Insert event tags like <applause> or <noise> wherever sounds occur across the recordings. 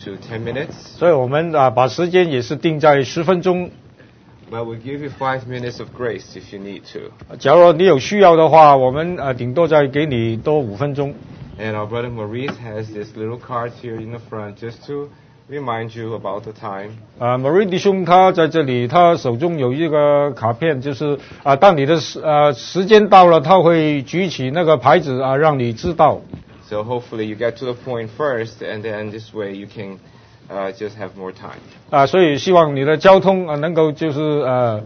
to 10 minutes. 所以我们啊把时间也是定在十分钟。 Well, we'll give you five minutes of grace if you need to. 假如你有需要的话，我们呃顶多再给你多五分钟。 And our brother Maurice has this little card here in the front just to remind you about the time. 啊、m a r i 弟兄他在这里，他手中有一个卡片，就是啊、当你的时呃时间到了，他会举起那个牌子啊、让你知道。 So hopefully you get to the point first, and then this way you can uh, just have more time. 啊、所以希望你的交通啊、能够就是呃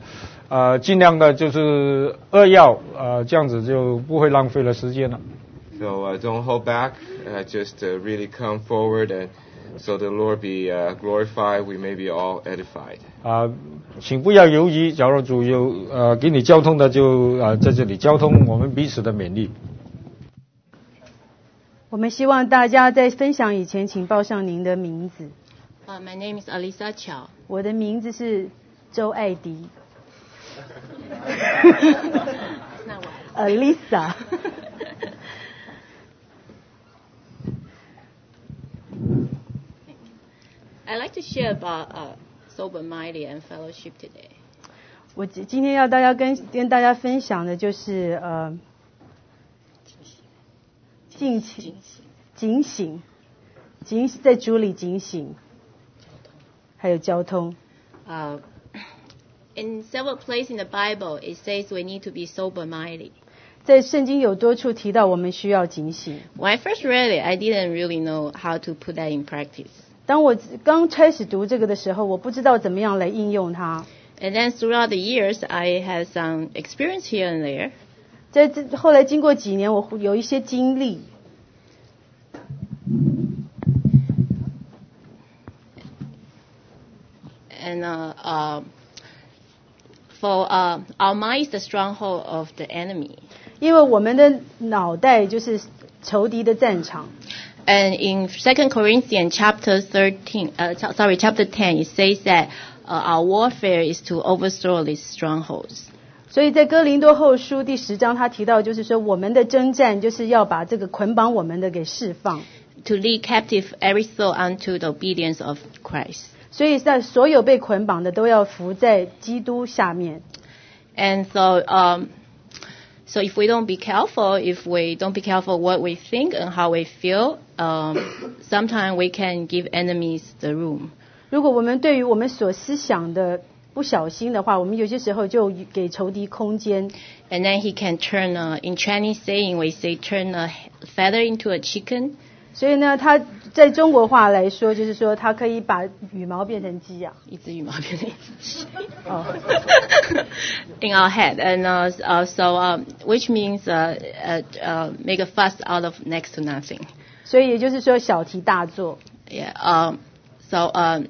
呃尽量的就是扼要呃这样子就不会浪费了时间了。 So uh, don't hold back. Uh, just uh, really come forward, and so the Lord be uh, glorified. We may be all edified. 啊、请不要犹豫，假如主有呃给你交通的就啊、在这里交通，我们彼此的勉励。我们希望大家在分享以前，请报上您的名字。 Uh, my name is Alisa Chow. 我的名字是周艾 <laughs> 迪那我呃 <laughs> ，Alisa。 I like to share about uh, sober minded and fellowship today. 我今今天要大家跟跟大家分享的就是呃，敬情、警醒、警在主里警醒，还有交通。 Uh, <clears throat> in several places in the Bible, it says we need to be sober minded. 在圣经有多处提到我们需要警醒。 When I first read it, I didn't really know how to put that in practice. 当我刚开始读这个的时候，我不知道怎么样来应用它。 And then throughout the years, I had some experience here and there. 在这后来经过几年，我有一些经历， And uh, uh, for uh, our mind is the stronghold of the enemy. 因为我们的脑袋就是仇敌的战场。 And in 2 Corinthians chapter 13, uh, ch- sorry, chapter 10, it says that uh, our warfare is to overthrow these strongholds. 所以在哥林多后书第十章，他提到就是说，我们的征战就是要把这个捆绑我们的给释放。 To lead captive every thought unto the obedience of Christ. 所以在所有被捆绑的都要服在基督下面。 And so, um, so if we don't be careful, if we don't be careful what we think and how we feel, um, <coughs> sometimes we can give enemies the room. 如果我们对于我们所思想的不小心的话，我们有些时候就给仇敌空间。 And then he can turn, uh, in Chinese saying, we say turn a feather into a chicken. 所以呢，他在中国话来说，就是说他可以把羽毛变成鸡啊。哦 <laughs> in our head, and uh, s- uh, so um, which means uh, uh, uh, make a fuss out of next to nothing. 所以也就是说小题大做。 Yeah. Um, so um,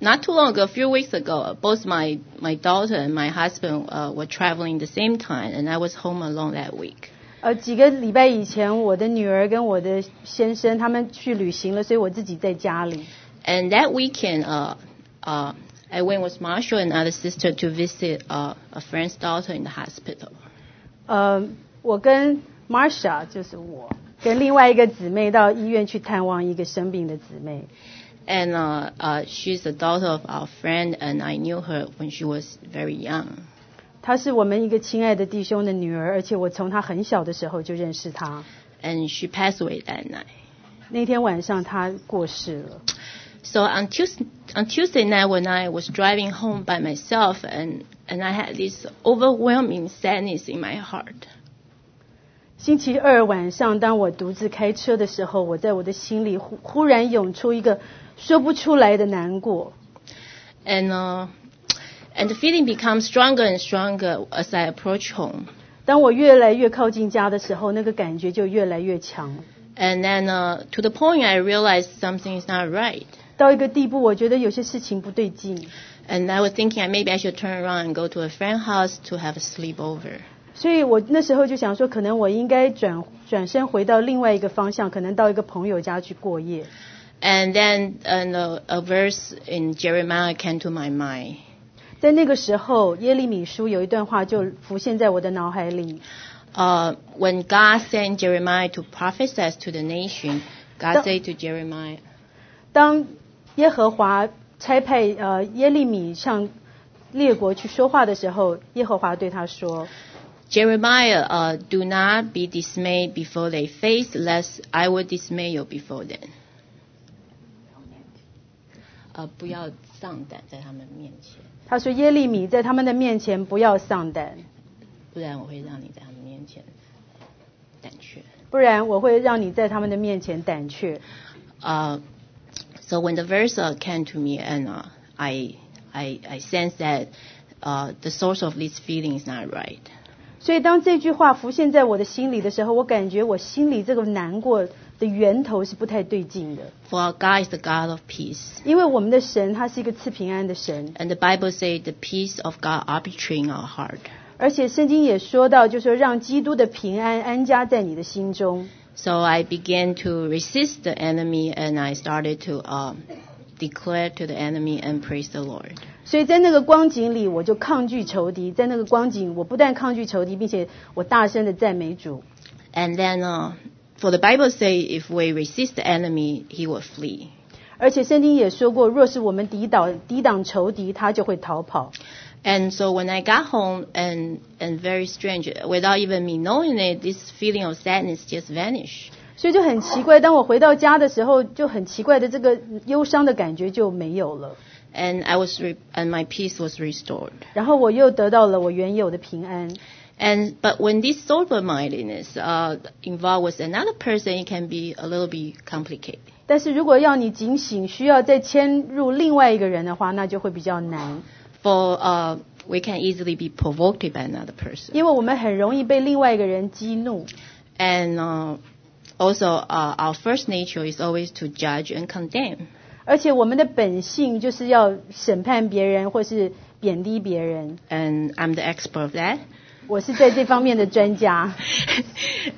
not too long ago, a few weeks ago, both my my daughter and my husband uh, were traveling the same time, and I was home alone that week. 呃，几个礼拜以前，我的女儿跟我的先生他们去旅行了，所以我自己在家里。 And that weekend, uh, uh, I went with Marshall and other sister to visit uh, a friend's daughter in the hospital. 呃，我跟 Marsha 就是我跟另外一个姊妹到医院去探望一个生病的姊妹。 And uh, uh, she's the daughter of our friend, and I knew her when she was very young. 她是我们一个亲爱的弟兄的女儿，而且我从她很小的时候就认识她。 And she passed away that night. 那天晚上她过世了， So on Tuesday, on Tuesday night, when I was driving home by myself, and, and I had this overwhelming sadness in my heart. 星期二晚上，当我独自开车的时候，我在我的心里忽忽然涌出一个说不出来的难过。 And, uh, and the feeling becomes stronger and stronger as I approach home. 当我越来越靠近家的时候，那个感觉就越来越强。 And then uh, to the point I realized something is not right. 到一个地步，我觉得有些事情不对劲， And I was thinking uh, maybe I should turn around and go to a friend's house to have a sleepover. 所以我那时候就想说，可能我应该转转身回到另外一个方向，可能到一个朋友家去过夜。 And then and, uh, a verse in Jeremiah came to my mind. 在那个时候，耶利米书有一段话就浮现在我的脑海里。 Uh, when God sent Jeremiah to prophesy to the nation, God The- said to Jeremiah, 当耶和华差派呃耶利米向列国去说话的时候，耶和华对他说 Jeremiah, uh, do not be dismayed before they face, lest I will dismay you before them. 呃，不要丧胆在他们面前，不然我会让你在他们面前。：“他说耶利米在他们的面前不要丧胆，不然我会让你在他们的面前胆怯。” Uh, so when the verse uh, came to me, and uh, I, I, I sensed that uh, the source of this feeling is not right. 所以当这句话浮现在我的心里的时候，我感觉我心里这个难过的源头是不太对劲的， For our God is the God of peace, 因为我们的神他是一个赐平安的神， and the Bible says the peace of God arbitrates in our heart. 而且圣经也说到，就说让基督的平安安家在你的心中。 So I began to resist the enemy, and I started to um, declare to the enemy and praise the Lord. 所以在那个光景里，我就抗拒仇敌。在那个光景，我不但抗拒仇敌，并且我大声的赞美主。 And then, uh, for the Bible say, if we resist the enemy, he will flee. 而且圣经也说过，若是我们抵挡抵挡仇敌，他就会逃跑。 And so when I got home, and and very strange, without even me knowing it, this feeling of sadness just vanished. 所以就很奇怪，当我回到家的时候，就很奇怪的这个忧伤的感觉就没有了。 And I was re- and my peace was restored. 然后我又得到了我原有的平安。 And but when this sober mindedness uh, involved with another person, it can be a little bit complicated. 但是如果要你警醒，需要再迁入另外一个人的话，那就会比较难， For uh, we can easily be provoked by another person. 因为我们很容易被另外一个人激怒， And uh, also, uh, our first nature is always to judge and condemn. 而且我们的本性就是要审判别人或是贬低别人。 And I'm the expert of that. 我是在这方面的专家， <laughs>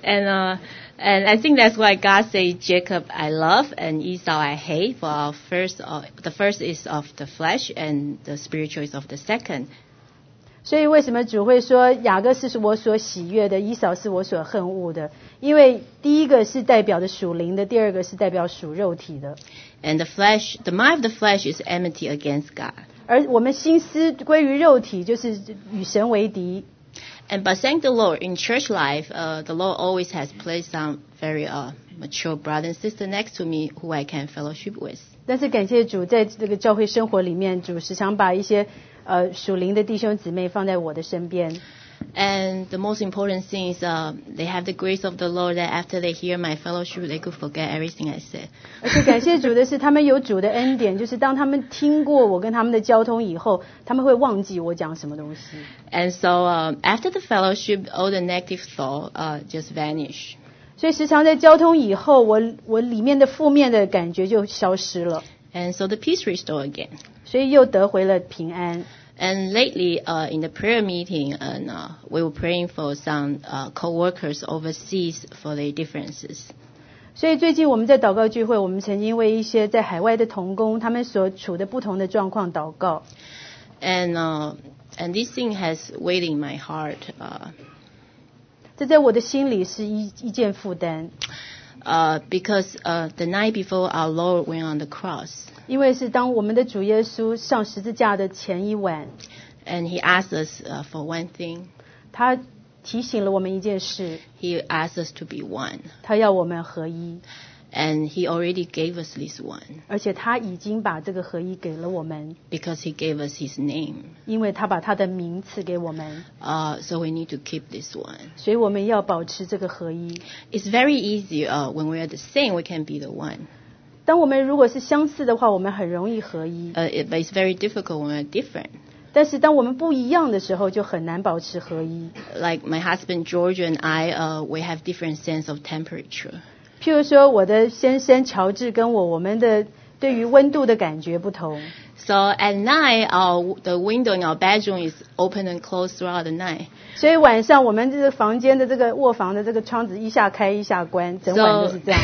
and uh, and I think that's why God say Jacob I love and Esau I hate. For our first, uh, the first is of the flesh, and the spiritual is of the second. 所以为什么主会说雅各是我所喜悦的，以扫是我所恨恶的？因为第一个是代表的属灵的，第二个是代表属肉体的。 And the flesh, the mind of the flesh is enmity against God. 而我们心思归于肉体，就是与神为敌， And but thank the Lord in church life, uh, the Lord always has placed some very uh, mature brother and sister next to me who I can fellowship with. 但是感谢主，在这个教会生活里面，主时常把一些呃属灵的弟兄姊妹放在我的身边。 And the most important thing is uh, they have the grace of the Lord that after they hear my fellowship, they could forget everything I said. 而且感谢主的是，他 <laughs> 们有主的恩典，就是当他们听过我跟他们的交通以后，他们会忘记我讲什么东西。 And so um, after the fellowship, all the negative thought uh, just vanish. 所以时常在交通以后，我我里面的负面的感觉就消失了， And so the peace restored again. 所以又得回了平安。 And lately, uh, in the prayer meeting, and uh, we were praying for some uh, co-workers overseas for their differences. 所以最近我们在祷告聚会，我们曾经为一些在海外的童工，他们所处的不同的状况祷告。 And uh, and this thing has weighed in my heart. Uh, 这在我的心里是一一件负担， uh, because uh, the night before our Lord went on the cross, 因为是当我们的主耶稣上十字架的前一晚， and He asked us uh, for one thing. 他提醒了我们一件事， He asked us to be one, 他要我们合一， and He already gave us this one. 而且他已经把这个合一给了我们， because he gave us his name. 因为他把他的名赐给我们， Uh, so we need to keep this one. 所以我们要保持这个合一。 It's very easy uh, when we are the same, we can be the one. 当我们如果是相似的话，我们很容易合一； Uh, it, but it's very difficult when we're different. 但是当我们不一样的时候，就很难保持合一。 Like my husband George and I, uh, we have different sense of temperature. 譬如说，我的先生乔治跟我，我们的对于温度的感觉不同。 So at night, our, the window in our bedroom is open and closed throughout the night. 所以晚上我们这个房间的这个卧房的这个窗子一下开一下关，整晚都 So 是 <laughs> 这样。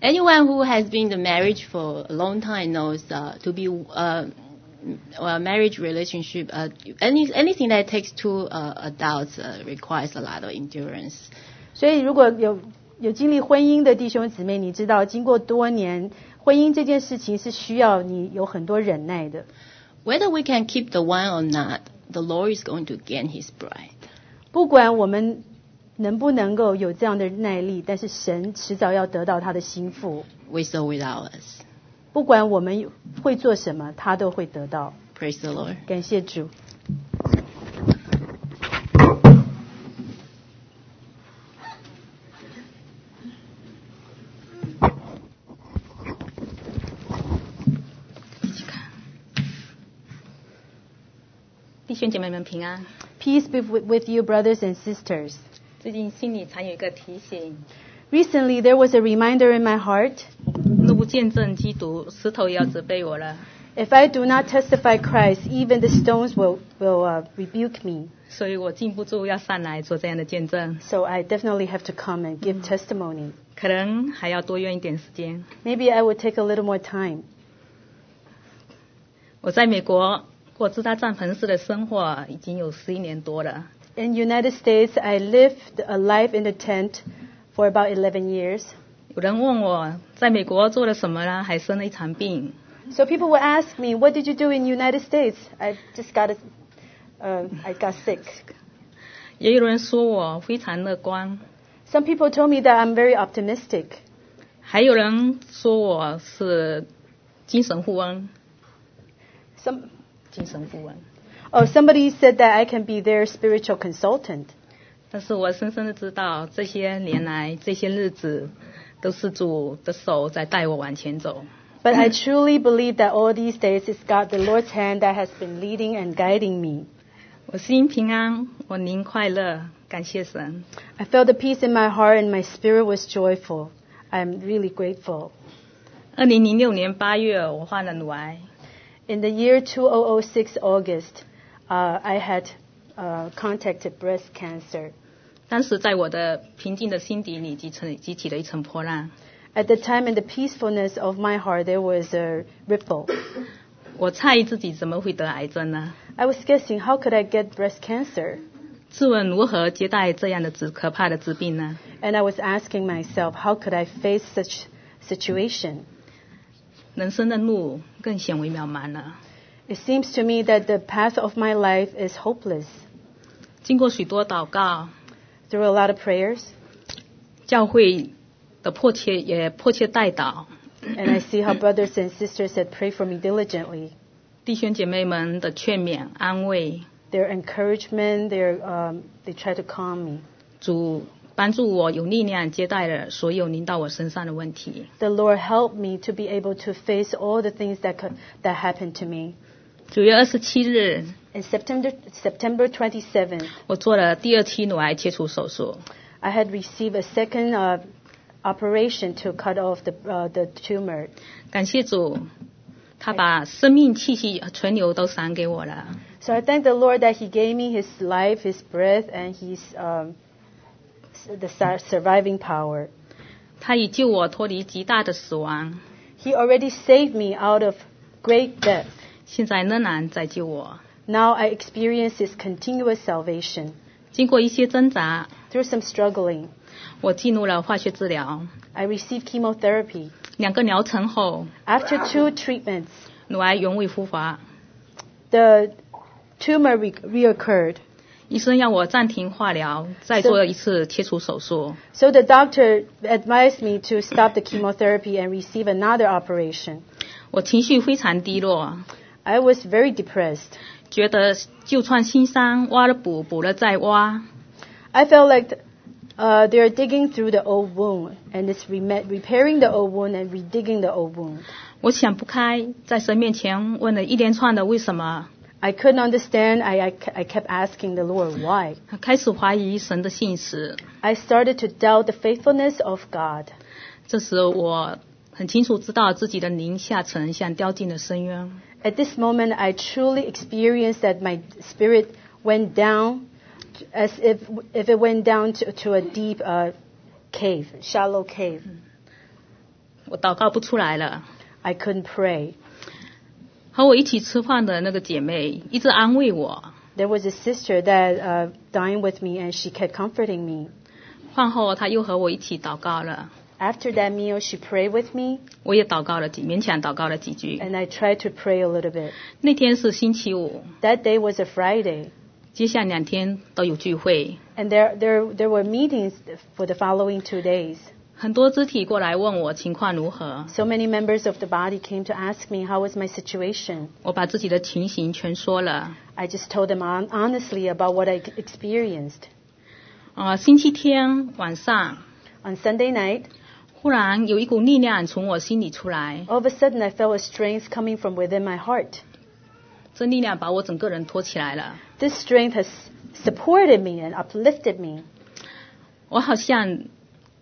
anyone who has been in marriage for a long time knows uh, to be uh, a marriage relationship, uh, any anything that takes two uh, adults uh, requires a lot of endurance. 所以如果有有经历婚姻的弟兄姊妹，你知道，经过多年婚姻这件事情是需要你有很多忍耐的。 Whether we can keep the wine or not, the Lord is going to gain his bride. 不管我们能不能够有这样的耐力，但是神迟早要得到他的心腹。 With or without us. 不管我们会做什么，他都会得到。 Praise the Lord. 感谢主。弟兄姐妹们平安。 Peace be with with you, brothers and sisters. 最近心里常有一个提醒： Recently, there was a reminder in my heart 若不见证基督，石头也要责备我了。 if I do not testify Christ, even the stones will, will uh, rebuke me. 所以我禁不住要上来做这样的见证， So I definitely have to come and give testimony. 可能还要多用一点时间。 Maybe I would take a little more time. 我在美国过自搭帐篷式的生活已经有十一年多了。 In United States, I lived a life in a tent for about 11 years. 有人问我在美国做了什么呢？还生了一场病。 So people would ask me, "What did you do in United States?" I just got a, uh, I got sick. 也有人说我非常乐观， Some people told me that I'm very optimistic. 还有人说我是精神富翁。 Some, 精神富翁。 oh, somebody said that I can be their spiritual consultant. 但是我深深的知道，这些年来，这些日子，都是主的手在带我往前走。 But I truly believe that all these days it's God, the Lord's hand, that has been leading and guiding me. 我心平安，我灵快乐，感谢神。 I felt the peace in my heart, and my spirit was joyful. I'm really grateful. 二零零六年八月，我患了乳癌， In the year 2006 August, uh, I had uh, contacted breast cancer. 当时在我的平静的心底里激成激起了一层波浪。 At the time, in the peacefulness of my heart, there was a ripple. 我诧异自己怎么会得癌症呢？ I was guessing, how could I get breast cancer? 自问如何接待这样的疾可怕的疾病呢？ And I was asking myself, how could I face such situation? 人生的路更显为渺茫了。 It seems to me that the path of my life is hopeless. 经过许多祷告， Through a lot of prayers, 教会的迫切也迫切代祷， and I see how brothers and sisters had prayed for me diligently. 弟兄姐妹们的劝勉安慰， Their encouragement, their, um, they tried to calm me. 主帮助我有力量接待了所有临到我身上的问题。 The Lord helped me to be able to face all the things that, could, that happened to me. 九月二十七日， In September, September 27th, 我做了第二期乳癌切除手术， I had received a second uh, operation to cut off the, uh, the tumor. 感谢主，他把生命气息和存留都赏给我了。 So I thank the Lord that He gave me His life, His breath, and His um, s- the sur- surviving power. 他已救我脱离极大的死亡， He already saved me out of great death. 现在仍然在救我。 Now I experience His continuous salvation. 经过一些挣扎， Through some struggling, 我进入了化学治疗。 I received chemotherapy. 两个疗程后， After two treatments, 乳癌原位复发， the tumor re- reoccurred. 医生要我暂停化疗，再做一次切除手术。 So the doctor advised me to stop the chemotherapy and receive another operation. 我情绪非常低落， I was very depressed. 觉得旧创新伤，挖了补，补了再挖。 I felt like uh, they're digging through the old wound, and it's reme- repairing the old wound and redigging the old wound. 我想不开，在神面前问了一连串的为什么， I couldn't understand. I, I, ke- I kept asking the Lord why. 开始怀疑神的信实。 I started to doubt the faithfulness of God. 这时我很清楚知道自己的灵下沉，像掉进了深渊。 At this moment, I truly experienced that my spirit went down as if, if it went down to, to a deep uh, cave, shallow cave. 我祷告不出来了。 I couldn't pray. 和我一起吃饭的那个姐妹一直安慰我。 There was a sister that uh, dined with me, and she kept comforting me. 饭后她又和我一起祷告了。 After that meal, she prayed with me, 我也祷告了几，勉强祷告了几句。 and I tried to pray a little bit. 那天是星期五， That day was a Friday, 接下来两天都有聚会， and there, there, there were meetings for the following two days. 很多肢体过来问我情况如何， So many members of the body came to ask me how was my situation. 我把自己的情形全说了。 I just told them hon- honestly about what I experienced. 呃，星期天晚上， On Sunday night, 忽然有一股力量从我心里出来， all of a sudden I felt a strength coming from within my heart. 这力量把我整个人托起来了， This strength has supported me and uplifted me. 我好像，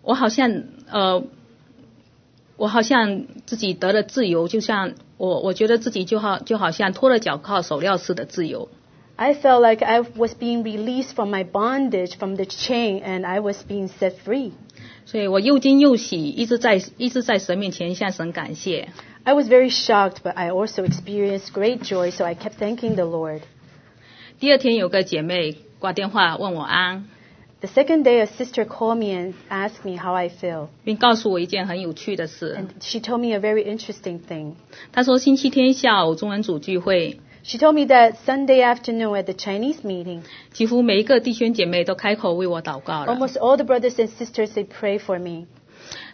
我好像，呃，我好像自己得了自由，就像我，我觉得自己就好，就好像脱了脚铐手镣似的自由。 I felt like I was being released from my bondage, from the chain, and I was being set free. 所以我又惊又喜，一直在一直在神面前向神感谢。 I was very shocked, but I also experienced great joy, so I kept thanking the Lord. 第二天有个姐妹挂电话问我安， The second day, a sister called me and asked me how I feel. 并告诉我一件很有趣的事。 And she told me a very interesting thing. 她说星期天下午中文组聚会， She told me that Sunday afternoon at the Chinese meeting, 几乎每一个弟兄姐妹都开口为我祷告了。 almost all the brothers and sisters they prayed for me.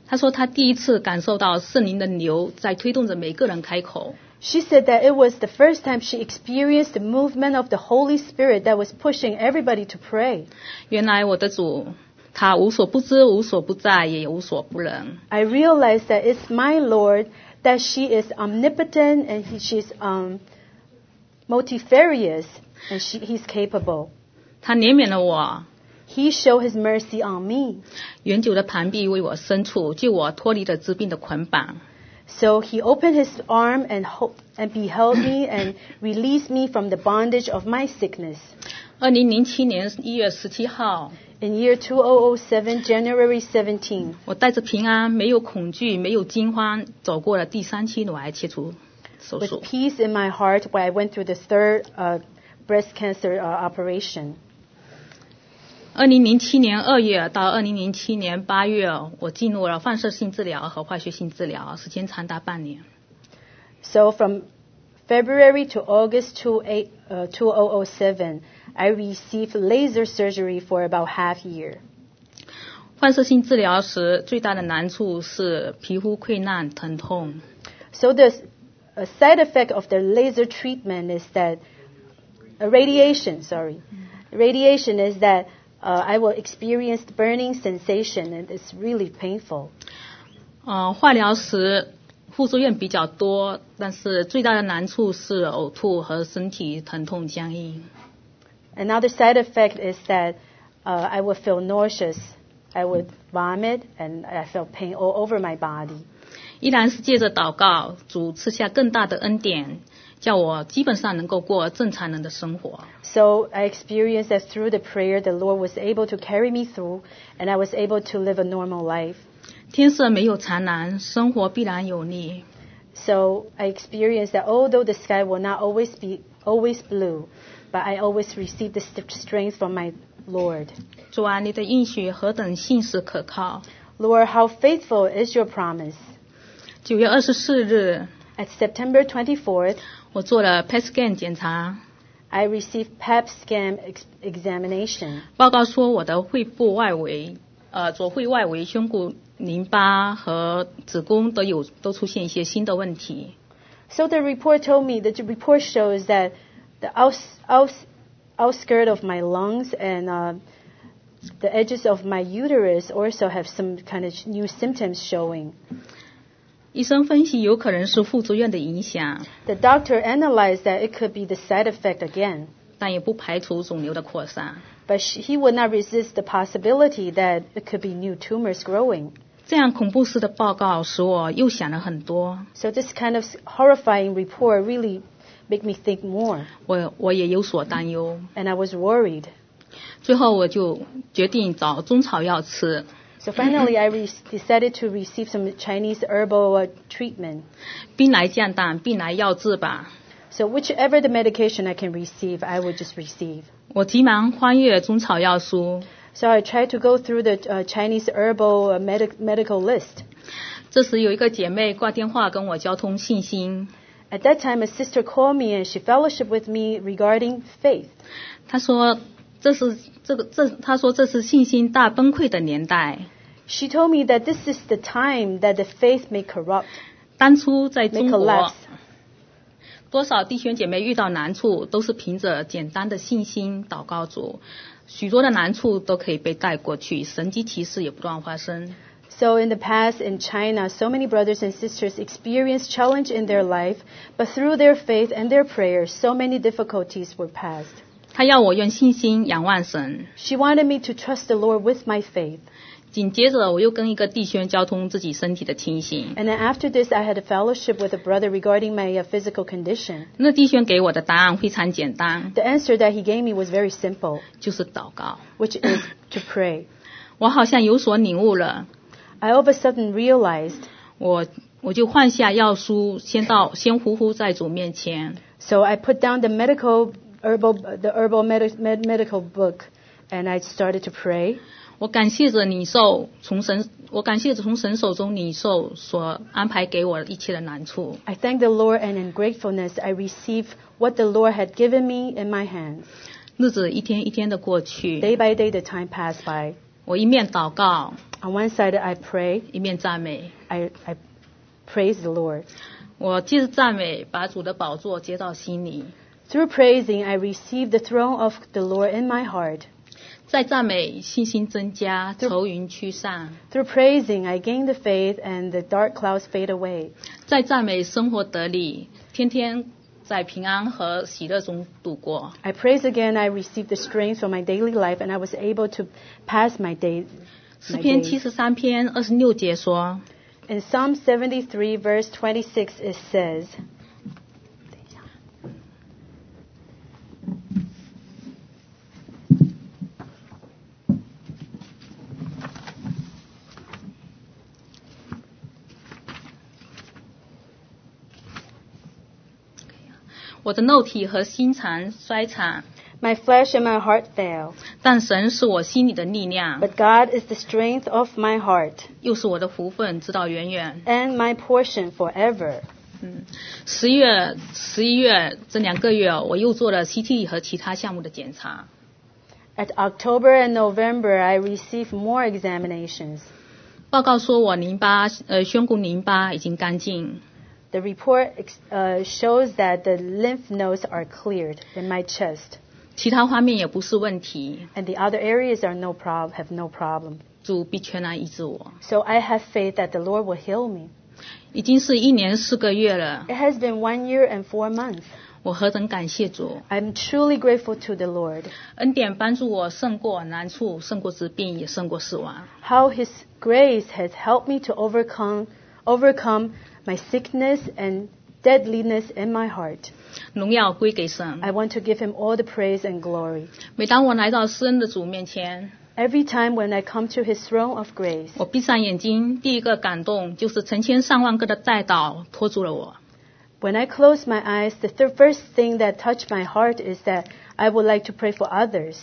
她说她第一次感受到圣灵的流在推动着每个人开口。 She said that it was the first time she experienced the movement of the Holy Spirit that was pushing everybody to pray. 原来我的主，他无所不知、无所不在，也无所不能。 I realized that it's my Lord that she is omnipotent and he, she's um, multifarious and she, he's capable. 他怜悯了我， He showed his mercy on me. 永久的膀臂为我伸出，救我脱离了治病的捆绑。 So he opened his arm and, ho- and beheld me and released me from the bondage of my sickness. 二零零七年一月十七号， In year 2007, January 17, 我带着平安、没有恐惧、没有惊慌，走过了第三期乳癌切除手 with 术。 peace in my heart, when I went through the third uh, breast cancer uh, operation. 二零零七年二月到二零零七年八月，我进入了放射性治疗和化学性治疗，时间长达半年。 So from February to August 28 uh, 2007, I received laser surgery for about half year. 放射性治疗时最大的难处是皮肤溃烂、疼痛。 So the s- a side effect of the laser treatment is that uh, radiation, sorry, radiation is that uh, I will experience burning sensation and it's really painful. 呃，化疗时副作用比较多，但是最大的难处是呕吐和身体疼痛僵硬。 Another side effect is that uh, I will feel nauseous. I would vomit and I felt pain all over my body. 依然是借着祷告，主赐下更大的恩典，叫我基本上能够过正常人的生活。 So I experienced that through the prayer, the Lord was able to carry me through, and I was able to live a normal life. 天色没有常蓝，生活必然有逆。 So I experienced that although the sky will not always be always blue, but I always receive the st- strength from my Lord. 主啊，你的应许何等信实可靠！ Lord, how faithful is your promise? 九月二十四日， At September 24th, 我做了 E PET scan 检查， I received PAP scan ex- examination. 报告说我的肺部外围，呃，左肺外围、胸骨淋巴和子宫都有都出现一些新的问题。 So the report told me that the report shows that the outs, outs, outskirt of my lungs and uh, the edges of my uterus also have some kind of new symptoms showing. 医生分析有可能是副作用的影响， The doctor analyzed that it could be the side effect again, 但也不排除肿瘤的扩散。 but sh he would not resist the possibility that it could be new tumors growing. 这样恐怖式的报告使我又想了很多， So this kind of s- horrifying report really made me think more, 我我也有所担忧。 and I was worried. 最后我就决定找中草药吃， So finally, I re- decided to receive some Chinese herbal uh, treatment. <coughs> 兵来将挡，病来药治吧。 So whichever the medication I can receive, I will just receive. 我急忙翻阅中草药书， So I tried to go through the uh, Chinese herbal uh, medic- medical list. 这时有一个姐妹挂电话跟我交通信心， At that time, a sister called me and she fellowshiped with me regarding faith. 她说这是这个这，她说这是信心大崩溃的年代。 She told me that this is the time that the faith may corrupt, 当初在 may 中国 collapse. 多少弟兄姐妹遇到难处，都是凭着简单的信心祷告主，许多的难处都可以被带过去，神机骑士也不断发生。 So in the past in China, so many brothers and sisters experienced challenge in their life, but through their faith and their prayers, so many difficulties were passed. 他要我用信心仰望神。 She wanted me to trust the Lord with my faith. 紧接着，我又跟一个弟兄交通自己身体的情形， And then after this, I had a fellowship with a brother regarding my uh, physical condition. 那弟兄给我的答案非常简单， The answer that he gave me was very simple, 就是祷告。 which is to pray. <coughs> 我好像有所领悟了， I all of a sudden realized, 我我就换下药书，先到先呼呼在主面前， so I put down the medical herbal, the herbal medi- med- medical book, and I started to pray. 我感谢着你受从神，我感谢着从神手中你受所安排给我一切的难处。 I thank the Lord, and in gratefulness, I received what the Lord had given me in my hands. 日子一天一天的过 Day 去， by day, the time passed by. 我一面祷告， On one side, I pray, 一面赞美。 I, I praise the Lord. 我借着赞美，把主的宝座接到心里， Through praising, I received the throne of the Lord in my heart. 在赞美信心增加，愁云驱散； Through praising, I gained the faith, and the dark clouds fade away. 在赞美生活得力，天天在平安和喜乐中度过。 I praise again, I received the strength for my daily life, and I was able to pass my days. 诗 My 篇七 days. 十三篇二十六节说：“ In Psalm 73, verse 26, it says, 我的肉体和心肠衰残， My flesh and my heart fail, 但神是我心里的力量， but God is the strength of my heart 又是我的福分，直到永远。 and my portion forever. 十月、十一月这两个月，我又做了 CT 和其他项目的检查。 At October and November, I received more examinations. 报告说我淋巴呃胸骨淋巴已经干净， The report ex- uh, shows that the lymph nodes are cleared in my chest, 其他方面也不是问题。 and the other areas are no prob- have no problem. 主必全然医治我， So I have faith that the Lord will heal me. 已经是一年四个月了。 It has been one year and four months. 我何等感谢主， I'm truly grateful to the Lord, 恩典帮助我胜过难处，胜过疾病，也胜过死亡。 how His grace has helped me to overcome, overcome my sickness and deadliness in my heart. 荣耀归给神。 I want to give Him all the praise and glory. 每当我来到施恩的主面前， Every time when I come to His throne of grace, 我闭上眼睛，第一个感动就是成千上万个的代祷拖住了我。 when I close my eyes, the th- first thing that touched my heart is that I would like to pray for others.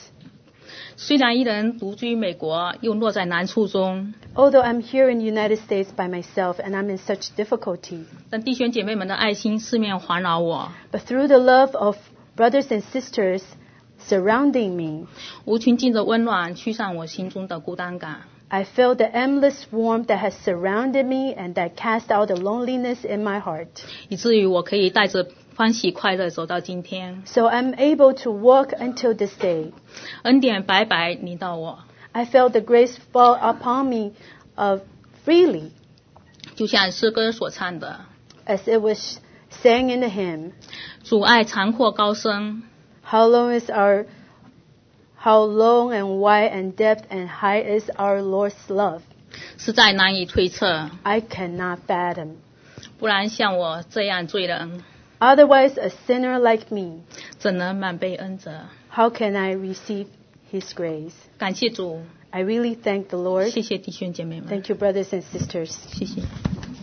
虽然一人独居美国，又落在难处中， Although I'm here in the United States by myself and I'm in such difficulty, 但弟兄姐妹们的爱心四面环绕我， But through the love of brothers and sisters surrounding me, 无穷尽的温暖驱散我心中的孤单感。 I feel the endless warmth that has surrounded me and that cast out the loneliness in my heart. 以至于我可以带着欢喜快乐走到今天。 So I'm able to walk until this day. 恩典白白临到我， I felt the grace fall upon me uh, freely, 就像诗歌所唱的 as it was sang in the hymn, 阻碍长阔高升， How long is our how long and wide and depth and high is our Lord's love? 实在难以推测。 I cannot fathom. 不然像我这样罪人， Otherwise, a sinner like me 怎能满被恩泽？ How can I receive His grace? 感谢主， I really thank the Lord. 谢谢弟兄姐妹们， Thank you, brothers and sisters. 谢谢。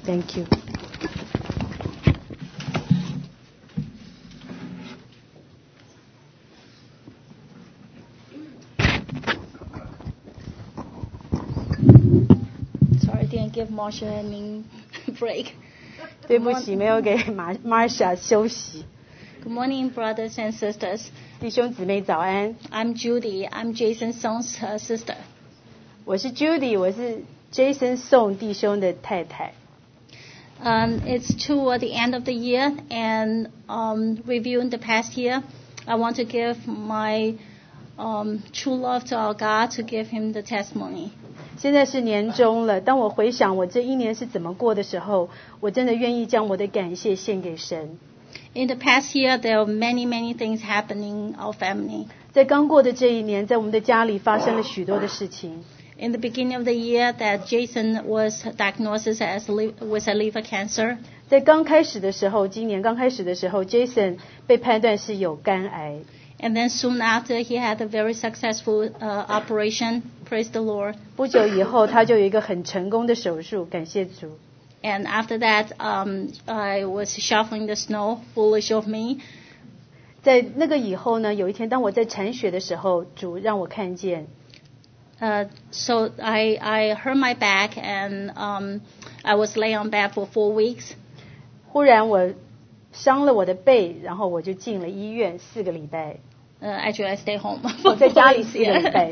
Thank you. 好， didn't give Marsha any <laughs> break. <laughs> 对不起，没有给马 Marsha 休息。 Good morning, brothers and sisters. 弟兄姊妹早安， I'm Judy. I'm Jason Song's uh, sister. 我是 Judy，我是 Jason Song 弟兄的太太。 Um, it's toward the end of the year, and um, reviewing the past year, I want to give my um, true love to our God to give Him the testimony. 现在是年终了，当我回想我这一年是怎么过的时候，我真的愿意将我的感谢献给神。 In the past year, there were many, many things happening in our family. 在刚过的这一年，在我们的家里发生了许多的事情。 In the beginning of the year, that Jason was diagnosed as li- with a liver cancer. 在刚开始的时候，今年刚开始的时候，Jason 被判断是有肝癌， And then soon after, he had a very successful uh, operation. Praise the Lord. 不久以后他就有一个很成功的手术，感谢主。 And after that, um, I was shoveling the snow, foolish of me. 在那个以后呢，有一天当我在铲雪的时候，主让我看见， Uh, so I, I hurt my back and um, I was lay on bed for four weeks. 忽然我伤了我的背，然后我就进了医院四个礼拜。 Uh, actually, I stay <laughs> home. <laughs> 我在家里四个礼拜。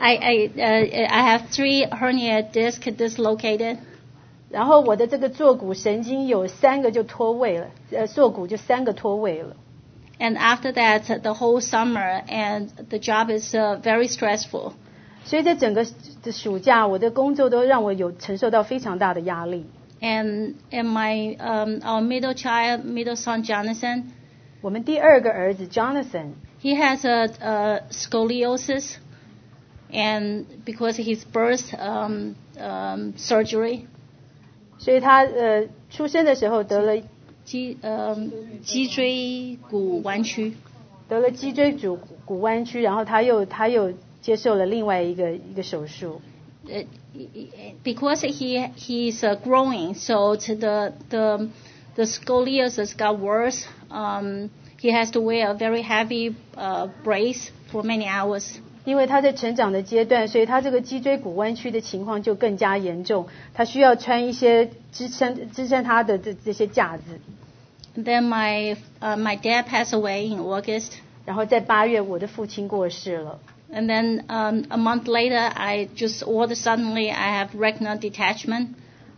I I, uh, I have three hernia disc dislocated. 然后我的这个坐骨神经有三个就脱位了，呃，坐骨就三个脱位了。 And after that, the whole summer and the job is uh, very stressful. 所以在整个的暑假，我的工作都让我有承受到非常大的压力。 And and my um, our middle child, middle son Jonathan, 我们第二个儿子 Jonathan， he has a, uh scoliosis, and because his birth um, um, surgery, 所以他呃出生的时候得了脊嗯脊椎骨弯曲。得了脊椎骨骨弯曲，然后他又他又接受了另外一个一个手术。 Uh, because he he's uh, growing, so to the the the scoliosis got worse. Um, he has to wear a very heavy uh, brace for many hours. 因为他在成长的阶段，所以他这个脊椎骨弯曲的情况就更加严重。他需要穿一些支撑支撑他的这这些架子。 Then my uh, my dad passed away in August, 然后在八月，我的父亲过世了。 and then um, a month later, I just all of a suddenly I have retinal detachment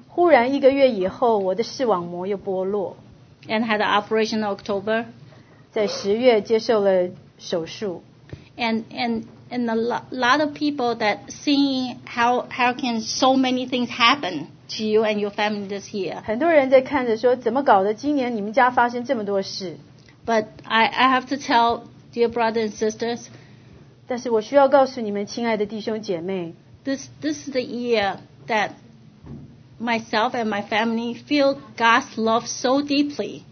忽然一个月以后，我的视网膜又剥落， and had an operation in October. 在十月接受了手术。 and and and a lo- lot of people that seeing how how can so many things happen to you and your family this year. 很多人在看着说，怎么搞的？今年你们家发生这么多事。 But I, I have to tell dear brothers and sisters, 但是我需要告诉你们，亲爱的弟兄姐妹， this this is the year that myself and my family feel God's love so deeply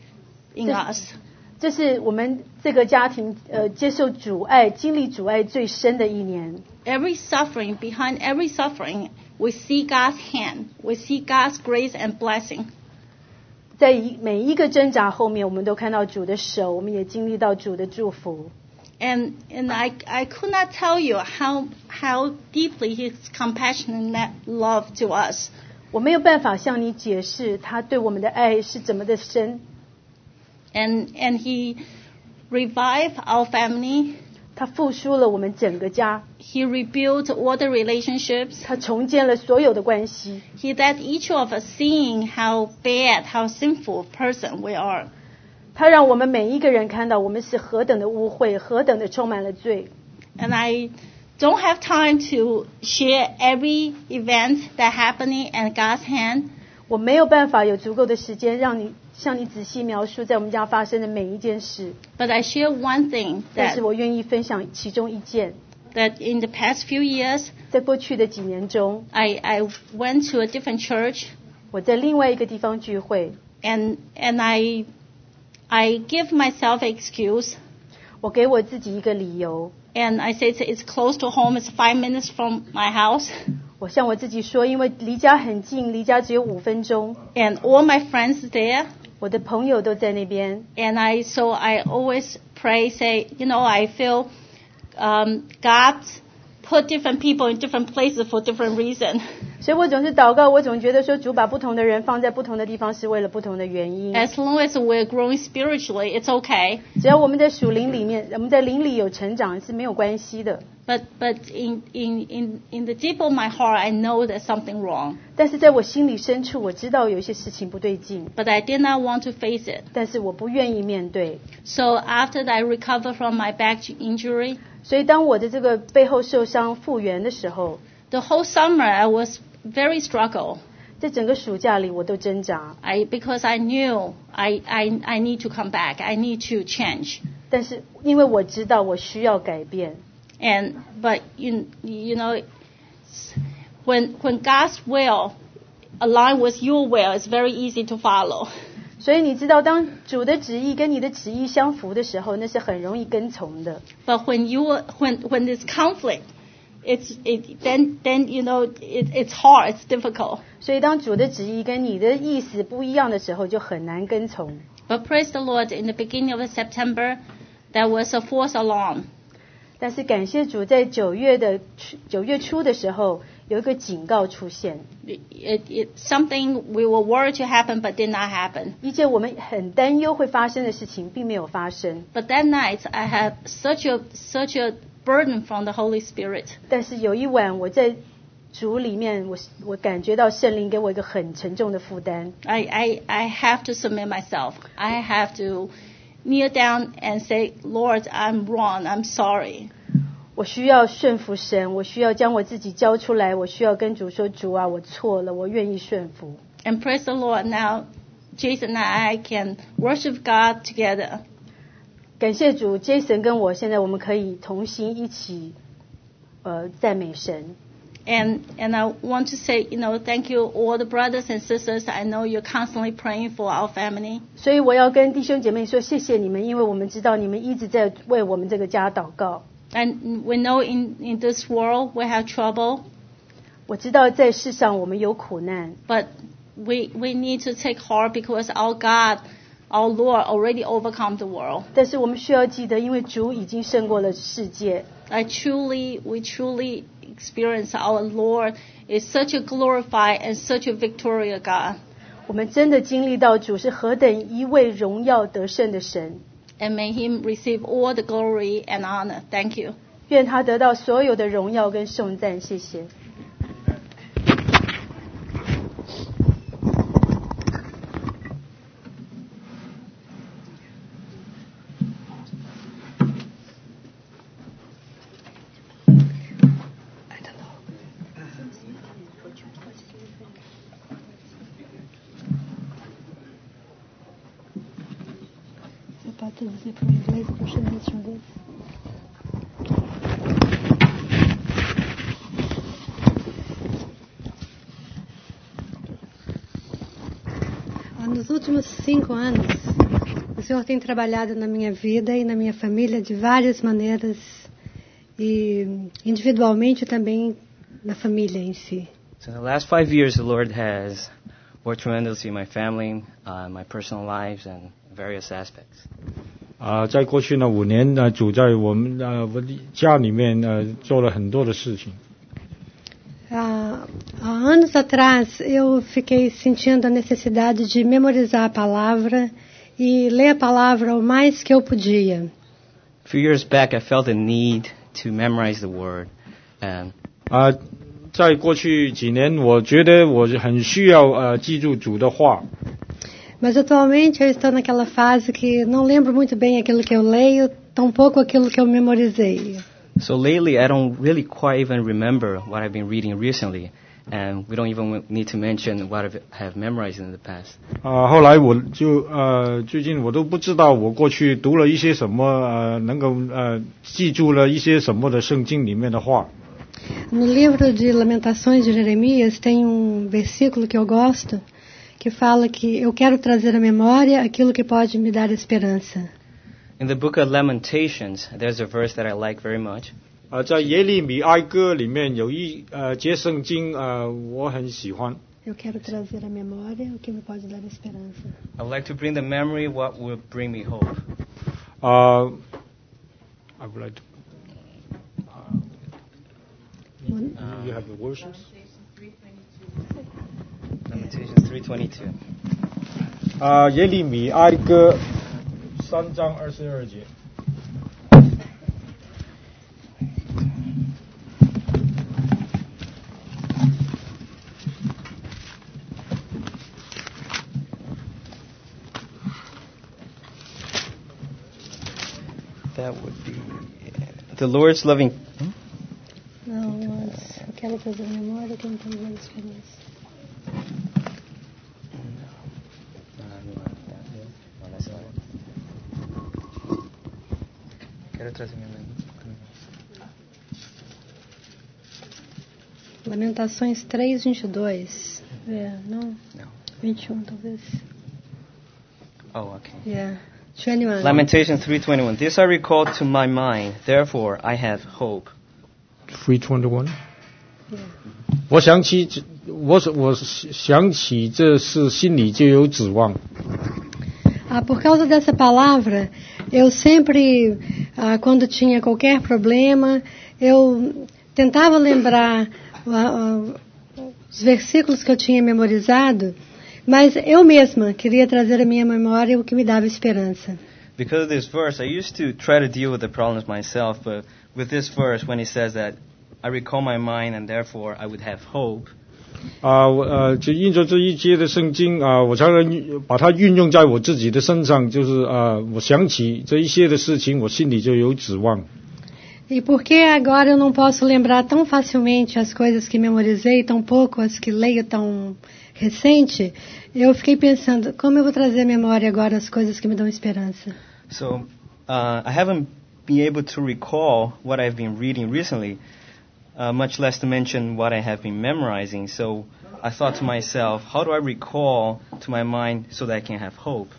in This- us. 这是我们这个家庭呃接受阻碍、经历阻碍最深的一年。 Every suffering behind every suffering, we see God's hand, we see God's grace and blessing. 在一每一个挣扎后面，我们都看到主的手，我们也经历到主的祝福。 And and I I could not tell you how how deeply his compassion and that love to us. 我没有办法向你解释他对我们的爱是怎么的深， And and he revived our family. 他复苏了我们整个家， He rebuilt all the relationships. 他重建了所有的关系， He let each of us seeing how bad, how sinful person we are. 他让我们每一个人看到我们是何等的污秽，何等的充满了罪。 And I don't have time to share every event that happening and God's hand. 我没有办法有足够的时间让你向你仔细描述在我们家发生的每一件事， But I share one thing 但 that 是我愿意分享其中一件。 that in the past few years 在过去的几年中， I, I went to a different church 我在另外一个地方聚会， and and I I give myself an excuse 我给我自己一个理由， and I say it's close to home, it's five minutes from my house, 我向我自己说，因为离家很近，离家只有五分钟， and all my friends there, 我的朋友都在那边， and I so I always pray say you know I feel um, God's put different people in different places for different reason. 所以我总是祷告，我总觉得说主把不同的人放在不同的地方是为了不同的原因。 As long as we're growing spiritually, it's okay. 只要我们在属灵 <laughs> 里面，我们在灵里有成长是没有关系的。 But but in in in in the deep of my heart, I know there's something wrong. 但是在我心里深处，我知道有一些事情不对劲， But I did not want to face it. 但是我不愿意面对。 So after that, I recovered from my back injury. 所以当我的这个背后受伤复原的时候， The whole summer, I was very struggle. 这整个暑假里我都挣扎， I because I knew I I I need to come back. I need to change. 但是因为我知道我需要改变， And but you you know when when God's will align with your will, it's very easy to follow. 所以你知道，当主的旨意跟你的旨意相符的时候，那是很容易跟从的。 But when you when when there's conflict, it's it then then you know it, it's hard. It's difficult. 所以当主的旨意跟你的意思不一样的时候，就很难跟从。 But praise the Lord! In the beginning of September, there was a false alarm. 但是感谢主，在九月的九月初的时候，有一个警告出现， It, it, it something we were worried to happen, but did not happen. 一件我们很担忧会发生的事情并没有发生。 But that night, I had such a such a burden from the Holy Spirit. 但是有一晚，我在主里面，我我感觉到圣灵给我一个很沉重的负担， I, I, I have to submit myself. I have to kneel down and say, Lord, I'm wrong. I'm sorry. 我需要顺服神，我需要将我自己交出来，我需要跟主说：“主啊，我错了，我愿意顺服。 And praise the Lord. Now, Jason and I can worship God together. ”感谢主，Jason 跟我现在我们可以同心一起，呃，赞美神。 And, and I want to say, you know, thank you all the brothers and sisters. I know you're constantly praying for our family. 所以我要跟弟兄姐妹说，谢谢你们，因为我们知道你们一直在为我们这个家祷告。 And we know in, in this world we have trouble, 我知道在世上我们有苦难， but we, we need to take heart because our God, our Lord already overcome the world. 但是我们需要记得，因为主已经胜过了世界。 I truly, we truly experience our Lord is such a glorified and such a victorious God. 我们真的经历到主是何等一位荣耀得胜的神， And may Him receive all the glory and honor. Thank you. 愿他得到所有的荣耀跟颂赞。谢谢。 C'est pas télévisé pour l'anglaise, prochaine émission anglaise. Ah, Nos últimos cinco anos, o Senhor tem trabalhado na minha vida e na minha família de várias maneiras, e individualmente também na família em si. So in the last five years, the Lord has worked tremendously in my family, uh, my personal lives, and various aspects. 啊、在过去呢五年呢，主在我们呃我的家里面呃做了很多的事情。 Há, há anos atrás eu fiquei sentindo a necessidade de memorizar a palavra e ler a palavra o mais que eu podia. A few years back, I felt the need to memorize the Word, and 啊、在过去几年，我觉得我很需要呃记住主的话。 Mas atualmente eu estou naquela fase que não lembro muito bem aquilo que eu leio, tampouco aquilo que eu memorizei. so lately, I don't really quite even remember what I've been reading recently, and we don't even need to mention what I have memorized in the past. 啊、后来我就呃，最近我都不知道我过去读了一些什么，呃，能够呃记住了一些什么的圣经里面的话。 No livro de Lamentações de Jeremias tem um versículo que eu gosto, que fala que eu quero trazer à memória aquilo que pode me dar esperança. In the book of Lamentations, there's a verse that I like very much. 呃，在耶利米哀歌里面有一呃节圣经，呃，我很喜欢。 Eu quero trazer à memória o que me pode dar esperança. I would like to bring the memory what will bring me hope. 啊、I would like to- Uh, You have the verses. Lamentations 3:22. 啊，耶利米哀歌三章二十二节。 That would be the Lord's loving. hmm? Não, mas aquela coisa da memória que não tem grande diferença. Uh, no, not that one. No, that's not it. Quiero transmitirme. Lamentações 3, 22. É, não? Não. 21, talvez. Oh, okay. Yeah. 21. Lamentation 3:21. This I recall to my mind, therefore I have hope. Three twenty one。我想起这，我我想起这事，心里就有指望。 Ah, por causa dessa palavra, eu sempre, ah, quando tinha qualquer problema, eu tentava lembrar ah, ah, os versículos que eu tinha memorizado, mas eu mesma queria trazer à minha memória o que me dava esperança. Because of this verse, I used to try to deal with the problems myself, but with this verse, when he says that, I recall my mind and therefore I would have hope, 啊，我呃，就印着这一节的圣经啊，我才能运把它运用在我自己的身上。就是啊，我想起这一些的事情，我心里就有指望。 E por que agora eu não posso lembrar tão facilmente as coisas que memorizei, tão pouco as que leio tão recente? Eu fiquei pensando, como eu vou trazer à memória agora as coisas que me dão esperança? So uh, I haven't been able to recall what I've been reading recently, uh, much less to mention what I have been memorizing. So I thought to myself, how do I recall to my mind so that I can have hope?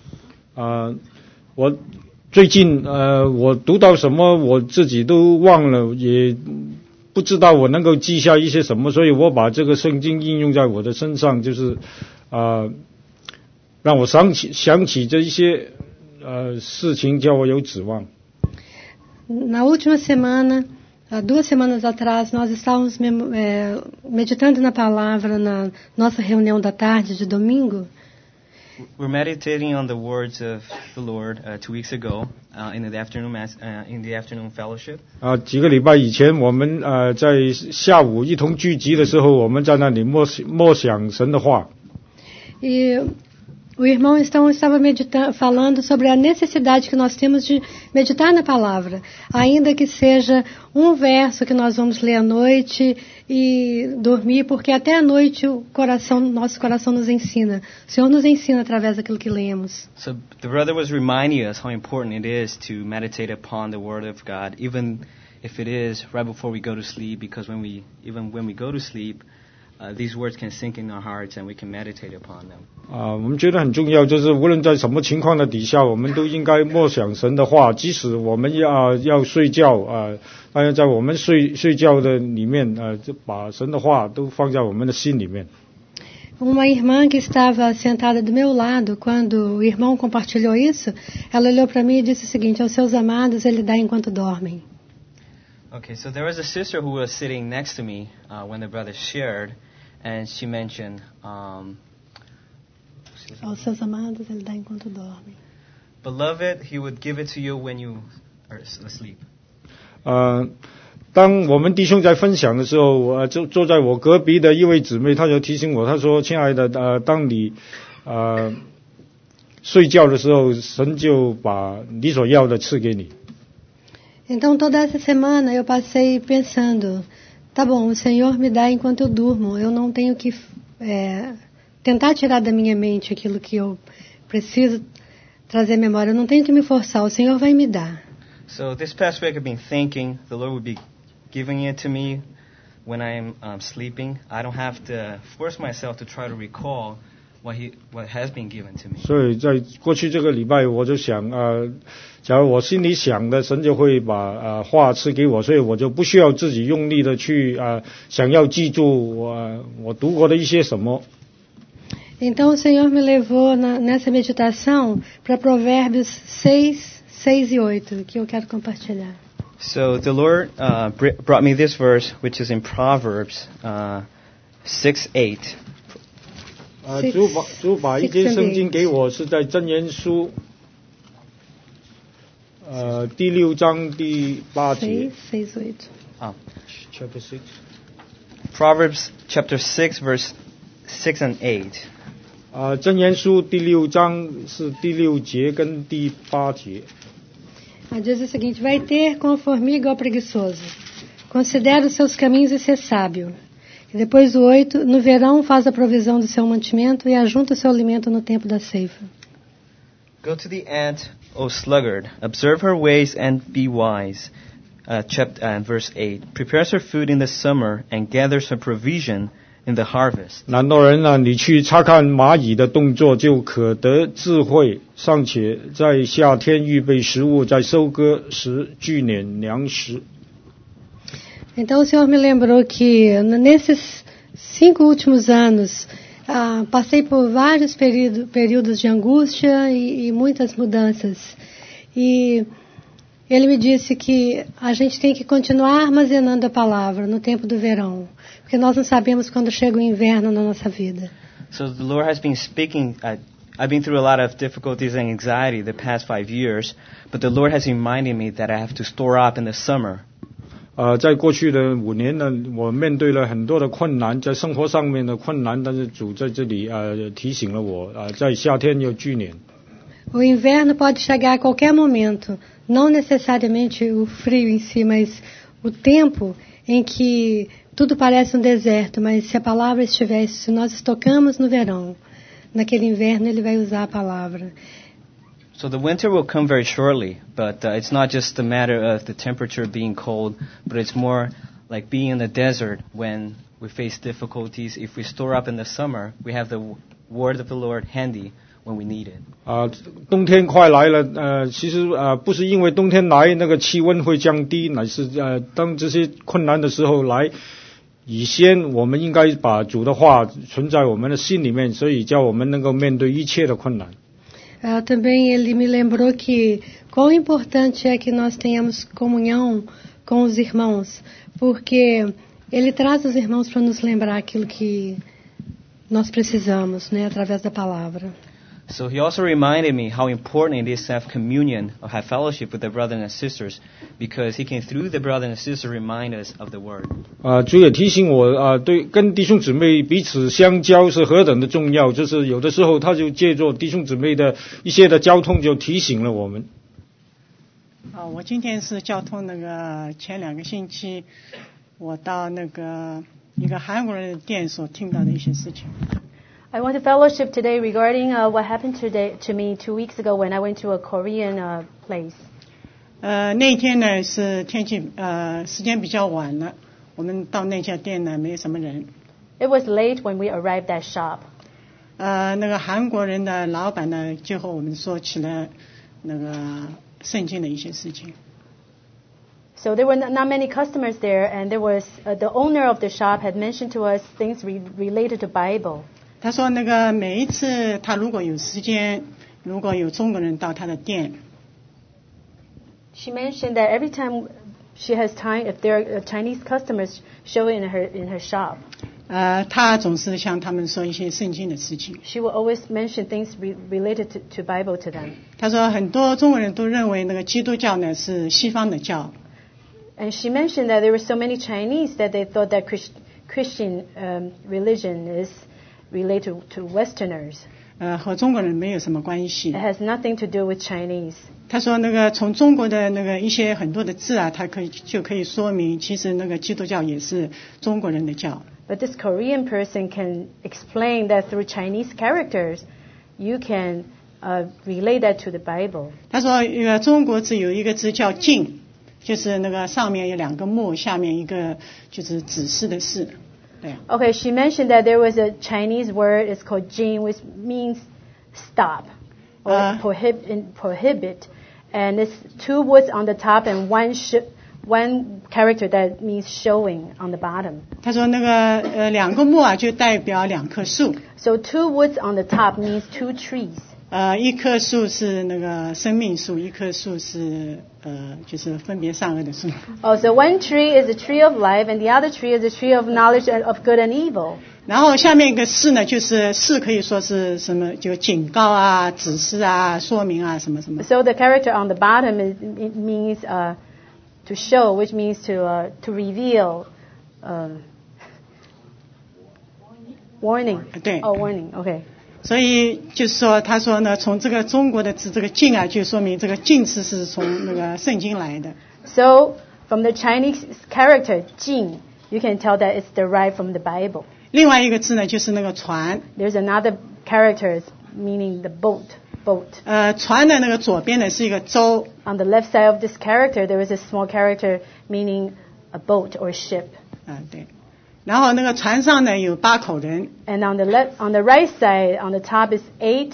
啊，我最近呃，我读到什么我自己都忘了，也不知道我能够记下一些什么，所以我把这个圣经应用在我的身上，就是啊、呃让我想起想起这一些呃事情，叫我有指望。 Na última semana, há duas semanas atrás, nós estávamos mem- eh, meditando na palavra na nossa reunião da tarde de domingo. We're meditating on the words of the Lord uh, two weeks ago uh, in the afternoon mass, uh, in the afternoon fellowship. 啊，几个礼拜以前，我们呃在下午一同聚集的时候，我们在那里默默想神的话。 E o irmão Estão estava medita- falando sobre a necessidade que nós temos de meditar na palavra, ainda que seja um verso que nós vamos ler à noite e dormir, porque até à noite o coração, nosso coração nos ensina. O Senhor nos ensina através daquilo que lemos. So the brother was reminding us how important it is to meditate upon the Word of God, even if it is right before we go to sleep, because when we even when we go to sleep, uh, these words can sink in our hearts and we can meditate upon them. 啊，我们觉得很重要，就是无论在什么情况的底下，我们都应该默想神的话。即使我们要、要睡觉啊，但是在我们睡睡觉的里面啊，就把神的话都放在我们的心里面。 Uma irmã que estava sentada do meu lado, quando o irmão compartilhou isso, ela olhou para mim e disse o seguinte: Aos seus amados ele dá enquanto dormem. Okay, so there was a sister who was sitting next to me uh, when the brother shared, and she mentioned, um, Aos seus amados ele dá enquanto dormem. "Beloved, He would give it to you when you are as- asleep." 呃，当我们弟兄在分享的时候，我就坐在我隔壁的一位姊妹，她就提醒我，她说：“亲爱的，呃，当你呃睡觉的时候，神就把你所要的赐给你。 Então toda essa semana eu passei pensando: tá bom, o Senhor me dá enquanto eu durmo, eu não tenho que é, tentar tirar da minha mente aquilo que eu preciso trazer à memória, eu não tenho que me forçar, o Senhor vai me dar. So this past week I've been thinking the Lord would be giving it to me when I'm um, sleeping. I don't have to force myself to try to recall what He what has been given to me. ”所以在过去这个礼拜，我就想，呃，假如我心里想的，神就会把呃话赐给我，所以我就不需要自己用力的去呃想要记住我、我读过的一些什么。 Então o Senhor me levou na- nessa meditação para Provérbios 6, 6 e 8, que eu quero compartilhar. So the Lord uh, br- brought me this verse, which is in Proverbs uh, 6 8. 呃， Six- 主把主把一些 six and 圣经 eight 给我是在真言书，呃，第六章第八节 Seis, seis, oito. ，Chapter Six。Oh, Proverbs chapter 6, verse 6 and 8. 啊、真言书第六章是第六节跟第八节。 Aí diz o seguinte: Vai ter com a formiga ao preguiçoso. Considera os seus caminhos e ser sábio. E depois o oito: No verão faz a provisão do seu mantimento e ajunta o seu alimento no tempo da ceifa. Go to the ant, O sluggard. Observe her ways and be wise. Uh, chapter, uh, verse 8. Prepares her food in the summer and gathers her provision in the harvest. 懒惰人啊，你去查看蚂蚁的动作，就可得智慧，尚且在夏天预备食物，在收割时聚敛粮食。 Então o Senhor me lembrou que n- nesses cinco últimos anos ah, passei por vários período- períodos de angústia e, e muitas mudanças. E ele me disse que a gente tem que continuar armazenando a palavra no tempo do verão, porque nós não sabemos quando chega o inverno na nossa vida. So the Lord has been speaking. Uh, I've been through a lot of difficulties and anxiety the past five years, but the Lord has reminded me that I have to store up in the summer. 啊、在过去的五年呢，我面对了很多的困难，在生活上面的困难，但是主在这里呃提醒了我啊、在夏天要聚敛。 O inverno pode chegar a qualquer momento, não necessariamente o frio em si, mas o tempo em que tudo parece um deserto, mas se a palavra estivesse, se nós estocamos no verão, naquele inverno ele vai usar a palavra. So the winter will come very shortly, but uh, it's not just a matter of the temperature being cold, but it's more like being in the desert when we face difficulties. If we store up in the summer, we have the w- word of the Lord handy when we need it. 啊、冬天快来了，呃，其实呃，不是因为冬天来那个气温会降低，乃是呃，当这些困难的时候来，以先我们应该把主的话存在我们的心里面，所以叫我们能够面对一切的困难。 Ah, também ele me lembrou que quão importante é que nós tenhamos comunhão com os irmãos, porque ele traz os irmãos para nos lembrar aquilo que nós precisamos, né, através da palavra. So he also reminded me how important it is to have communion or have fellowship with the brothers and sisters, because he can, through the brothers and sisters, remind us of the word. 啊、主也提醒我啊、对，跟弟兄姊妹彼此相交是何等的重要，就是有的时候他就借助弟兄姊妹的一些的交通，就提醒了我们。啊，我今天是交通那个前两个星期，我到那个一个韩国人的店所听到的一些事情。 I want to fellowship today regarding uh, what happened today to me two weeks ago when I went to a Korean uh, place. 呃，那天呢是天气呃时间比较晚了，我们到那家店呢没有什么人。 It was late when we arrived at shop. 呃，那个韩国人的老板呢就和我们说起了那个圣经的一些事情。 So there were not, not many customers there, and there was uh, the owner of the shop had mentioned to us things re- related to Bible. 他说那个每一次他如果有时间，如果有中国人到他的店， She mentioned that every time she has time, if there are uh, Chinese customers showing in her in her shop, 呃，他总是向他们说一些圣经的事情。 she will always mention things re- related to, to Bible to them. 他说，很多中国人都认为那个基督教呢是西方的教， And she mentioned that there were so many Chinese that they thought that Christ, Christian um, religion is related to Westerners. 呃，和中国人没有什么关 It 系。 has nothing to do with Chinese. 他说，那个从中国的那个一些很多的字啊，他可以就可以说明，其实那个基督教也是中国人的教。 But this Korean person can explain that through Chinese characters, you can uh, relate that to the Bible. 他说，呃，中国字有一个字叫“敬”，就是那个上面有两个木，下面一个就是指示的“示”，对啊。 Okay, she mentioned that there was a Chinese word, it's called jin, which means stop or Uh. prohibit, prohibit. And it's two words on the top and one, sh- one character that means showing on the bottom. 他说，那个呃，两个木啊，就代表两棵树。 So two woods on the top means two trees. 呃，一棵树是那个生命树，一棵树是呃，就是分别善恶的树。 Oh, so one tree is a tree of life, and the other tree is a tree of knowledge and- of good and evil. 然后下面一个示呢，就是示可以说是什么，就警告啊、指示啊、说明啊，什么什么。 So the character on the bottom is, it means uh, to show, which means to uh, to reveal. Um, warning. 对 Oh, warning. Okay. 所以就是说，他说呢，从这个中国的字这个“禁”啊，就说明这个“禁”词是从那个圣经来的。 So from the Chinese character Jing, you can tell that it's derived from the Bible. 另外一个字呢，就是那个“船 There's another character it's meaning the boat. Boat. ”。呃，船的那个左边呢是一个舟， On the left side of this character, there is a small character meaning a boat or ship. 啊、对。然后那个船上呢有八口人， And on the left, on the right side, on the top is eight,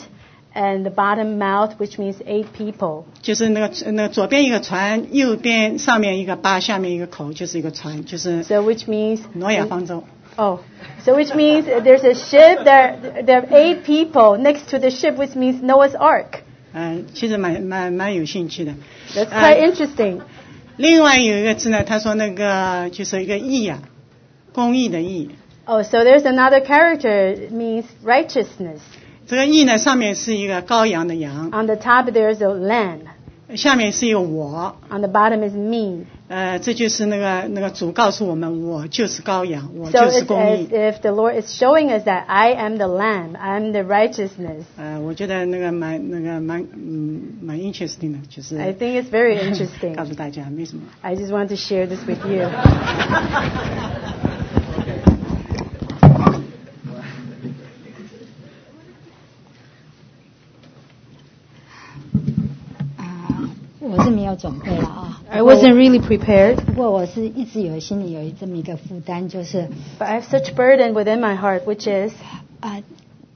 and the bottom mouth, which means eight people. 就是那个那个左边一个船，右边上面一个八，下面一个口，就是一个船，就是 So which means 挪亚方舟。 oh, so which means there's a ship. There, there are eight people next to the ship, which means Noah's Ark. 嗯、其实蛮蛮蛮有兴趣的。 That's Uh, quite interesting. 另外有一个字呢，他说那个就是一个义啊，公益的义。 Oh, so there's another character it means righteousness. 这个义呢，上面是一个羔羊的羊， On the top there's a lamb. 下面是一个我， On the bottom is me. 呃，这就是那个那个主告诉我们，我就是羔羊，我 So 就是 it's 公 as 义。 if the Lord is showing us that I am the lamb. I'm the righteousness. 呃，我觉得那个蛮那个蛮嗯蛮 interesting 的，就是 I think it's very 告诉 interesting. 大家没什么。 I just want to share this with you. 啊，我是没有准备了啊。 I wasn't really prepared, 不过我是一直有心里有这么一个负担，就是 but I have such burden within my heart, which is 啊、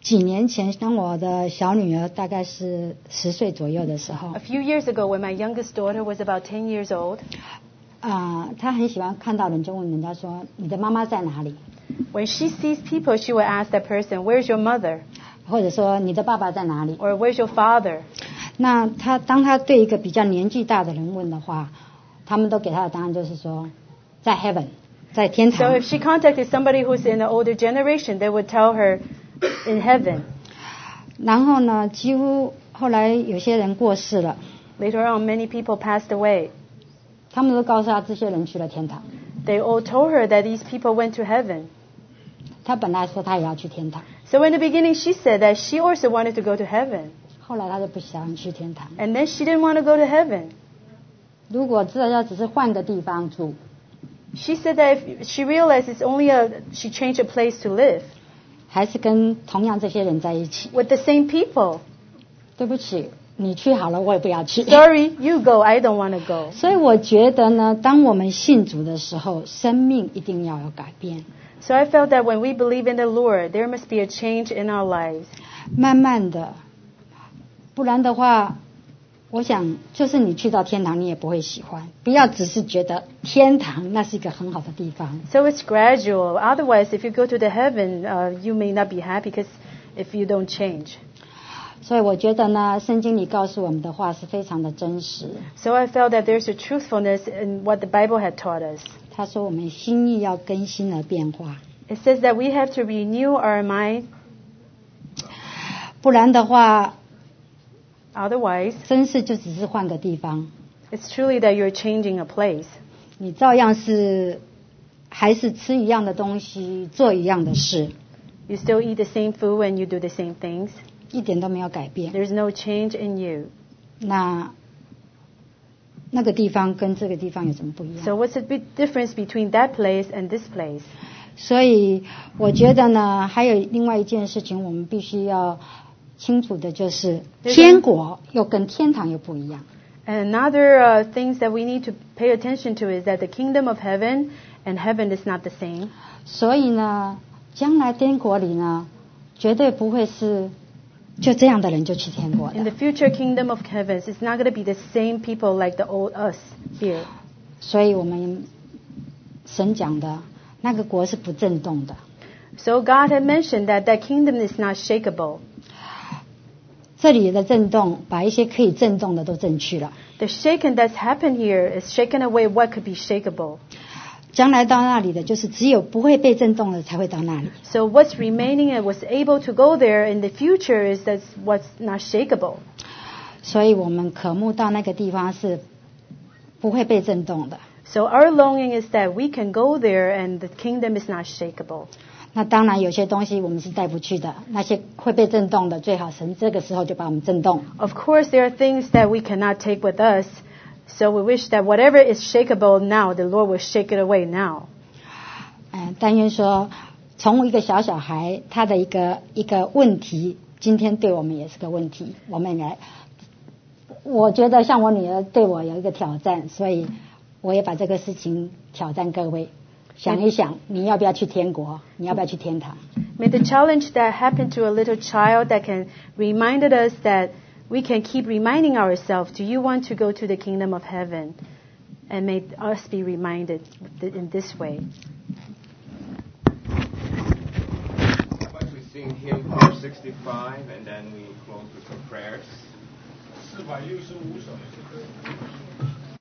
几年前当我的小女儿大概是十岁左右的时候 a，few years ago when my youngest daughter was about 10 years old, 啊、她很喜欢看到人就问人家说你的妈妈在哪里， when she sees people, she will ask that person, Where's your mother? 或者说你的爸爸在哪里。 or Where's your father? 那她当她对一个比较年纪大的人问的话，他们都给她的答案就是说在 heaven，在天 So 堂 if。she contacted somebody who's in the older generation, they would tell her in heaven. 然后呢，几乎后来有些人过世了， Later on, many people passed away. 他们都告诉她这些人去了天堂。 They all told her that these people went to heaven. 她本来说她也要去天堂， So in the beginning, she said that she also wanted to go to heaven, 后来她就不想去天堂。 and then she didn't want to go to heaven. 如果知道要只是换个地方住， She said that if she realized it's only a she changed a place to live 还是跟同样这些人在一起， with the same people. 对不起，你去好了，我也不要去。 Sorry, you go. I don't want to go. <laughs> 所以我觉得呢，当我们信主的时候，生命一定要有改变。 So I felt that when we believe in the Lord, there must be a change in our lives. 慢慢的，不然的话，我想就是你去到天堂，你也不会喜欢。不要只是觉得天堂那是一个很好的地方， So it's gradual. Otherwise, if you go to the heaven, uh, you may not be happy because if you don't change. 所以我觉得呢，圣经里告诉我们的话是非常的真实。 So I felt that there's a truthfulness in what the Bible had taught us. 他说我们心意要更新而变化， It says that we have to renew our mind, 不然的话， otherwise, 真是就只是换个地方， it's truly that you're changing a place. 你照样是还是吃一样的东西，做一样的事， You still eat the same food and you do the same things. 一点都没有改变。 There's no change in you. 那那个地方跟这个地方有什么不一样？ So what's the big difference between that place and this place? 所以我觉得呢，还有另外一件事情，我们必须要清楚的就是，对天国又跟天堂又不一样。 And another uh, things that we need to pay attention to is that the kingdom of heaven and heaven is not the same. 所以呢，将来天国里呢，绝对不会是就这样的人就去天国 In 的 the。future kingdom of heavens, it's not going to be the same people like the old us here. 所以我们神讲的那个国是不震动的， So God had mentioned that that kingdom is not shakable. 这里的震动把一些可以震动的都震去了。 The shaken that's happened here is shaken away what could be shakeable. 将来到那里的，就是只有不会被震动的才会到那里。 So what's remaining and what's able to go there in the future is that's what's not shakeable. 所以我们渴慕到那个地方是不会被震动的。 So our longing is that we can go there and the kingdom is not shakeable. 那当然，有些东西我们是带不去的，那些会被震动的，最好神这个时候就把我们震动。 Of course, there are things that we cannot take with us. So we wish that whatever is shakeable now, the Lord will shake it away now. 嗯，但愿说，从一个小小孩他的一个一个问题，今天对我们也是个问题。我们也来，我觉得像我女儿对我有一个挑战，所以我也把这个事情挑战各位，想一想，你要不要去天国？你要不要去天堂？ May the challenge that happened to a little child that can reminded us that we can keep reminding ourselves, do you want to go to the kingdom of heaven? And may us be reminded th- in this way. Why don't we sing hymn 465 and then we close with some prayers. 四百六十五首。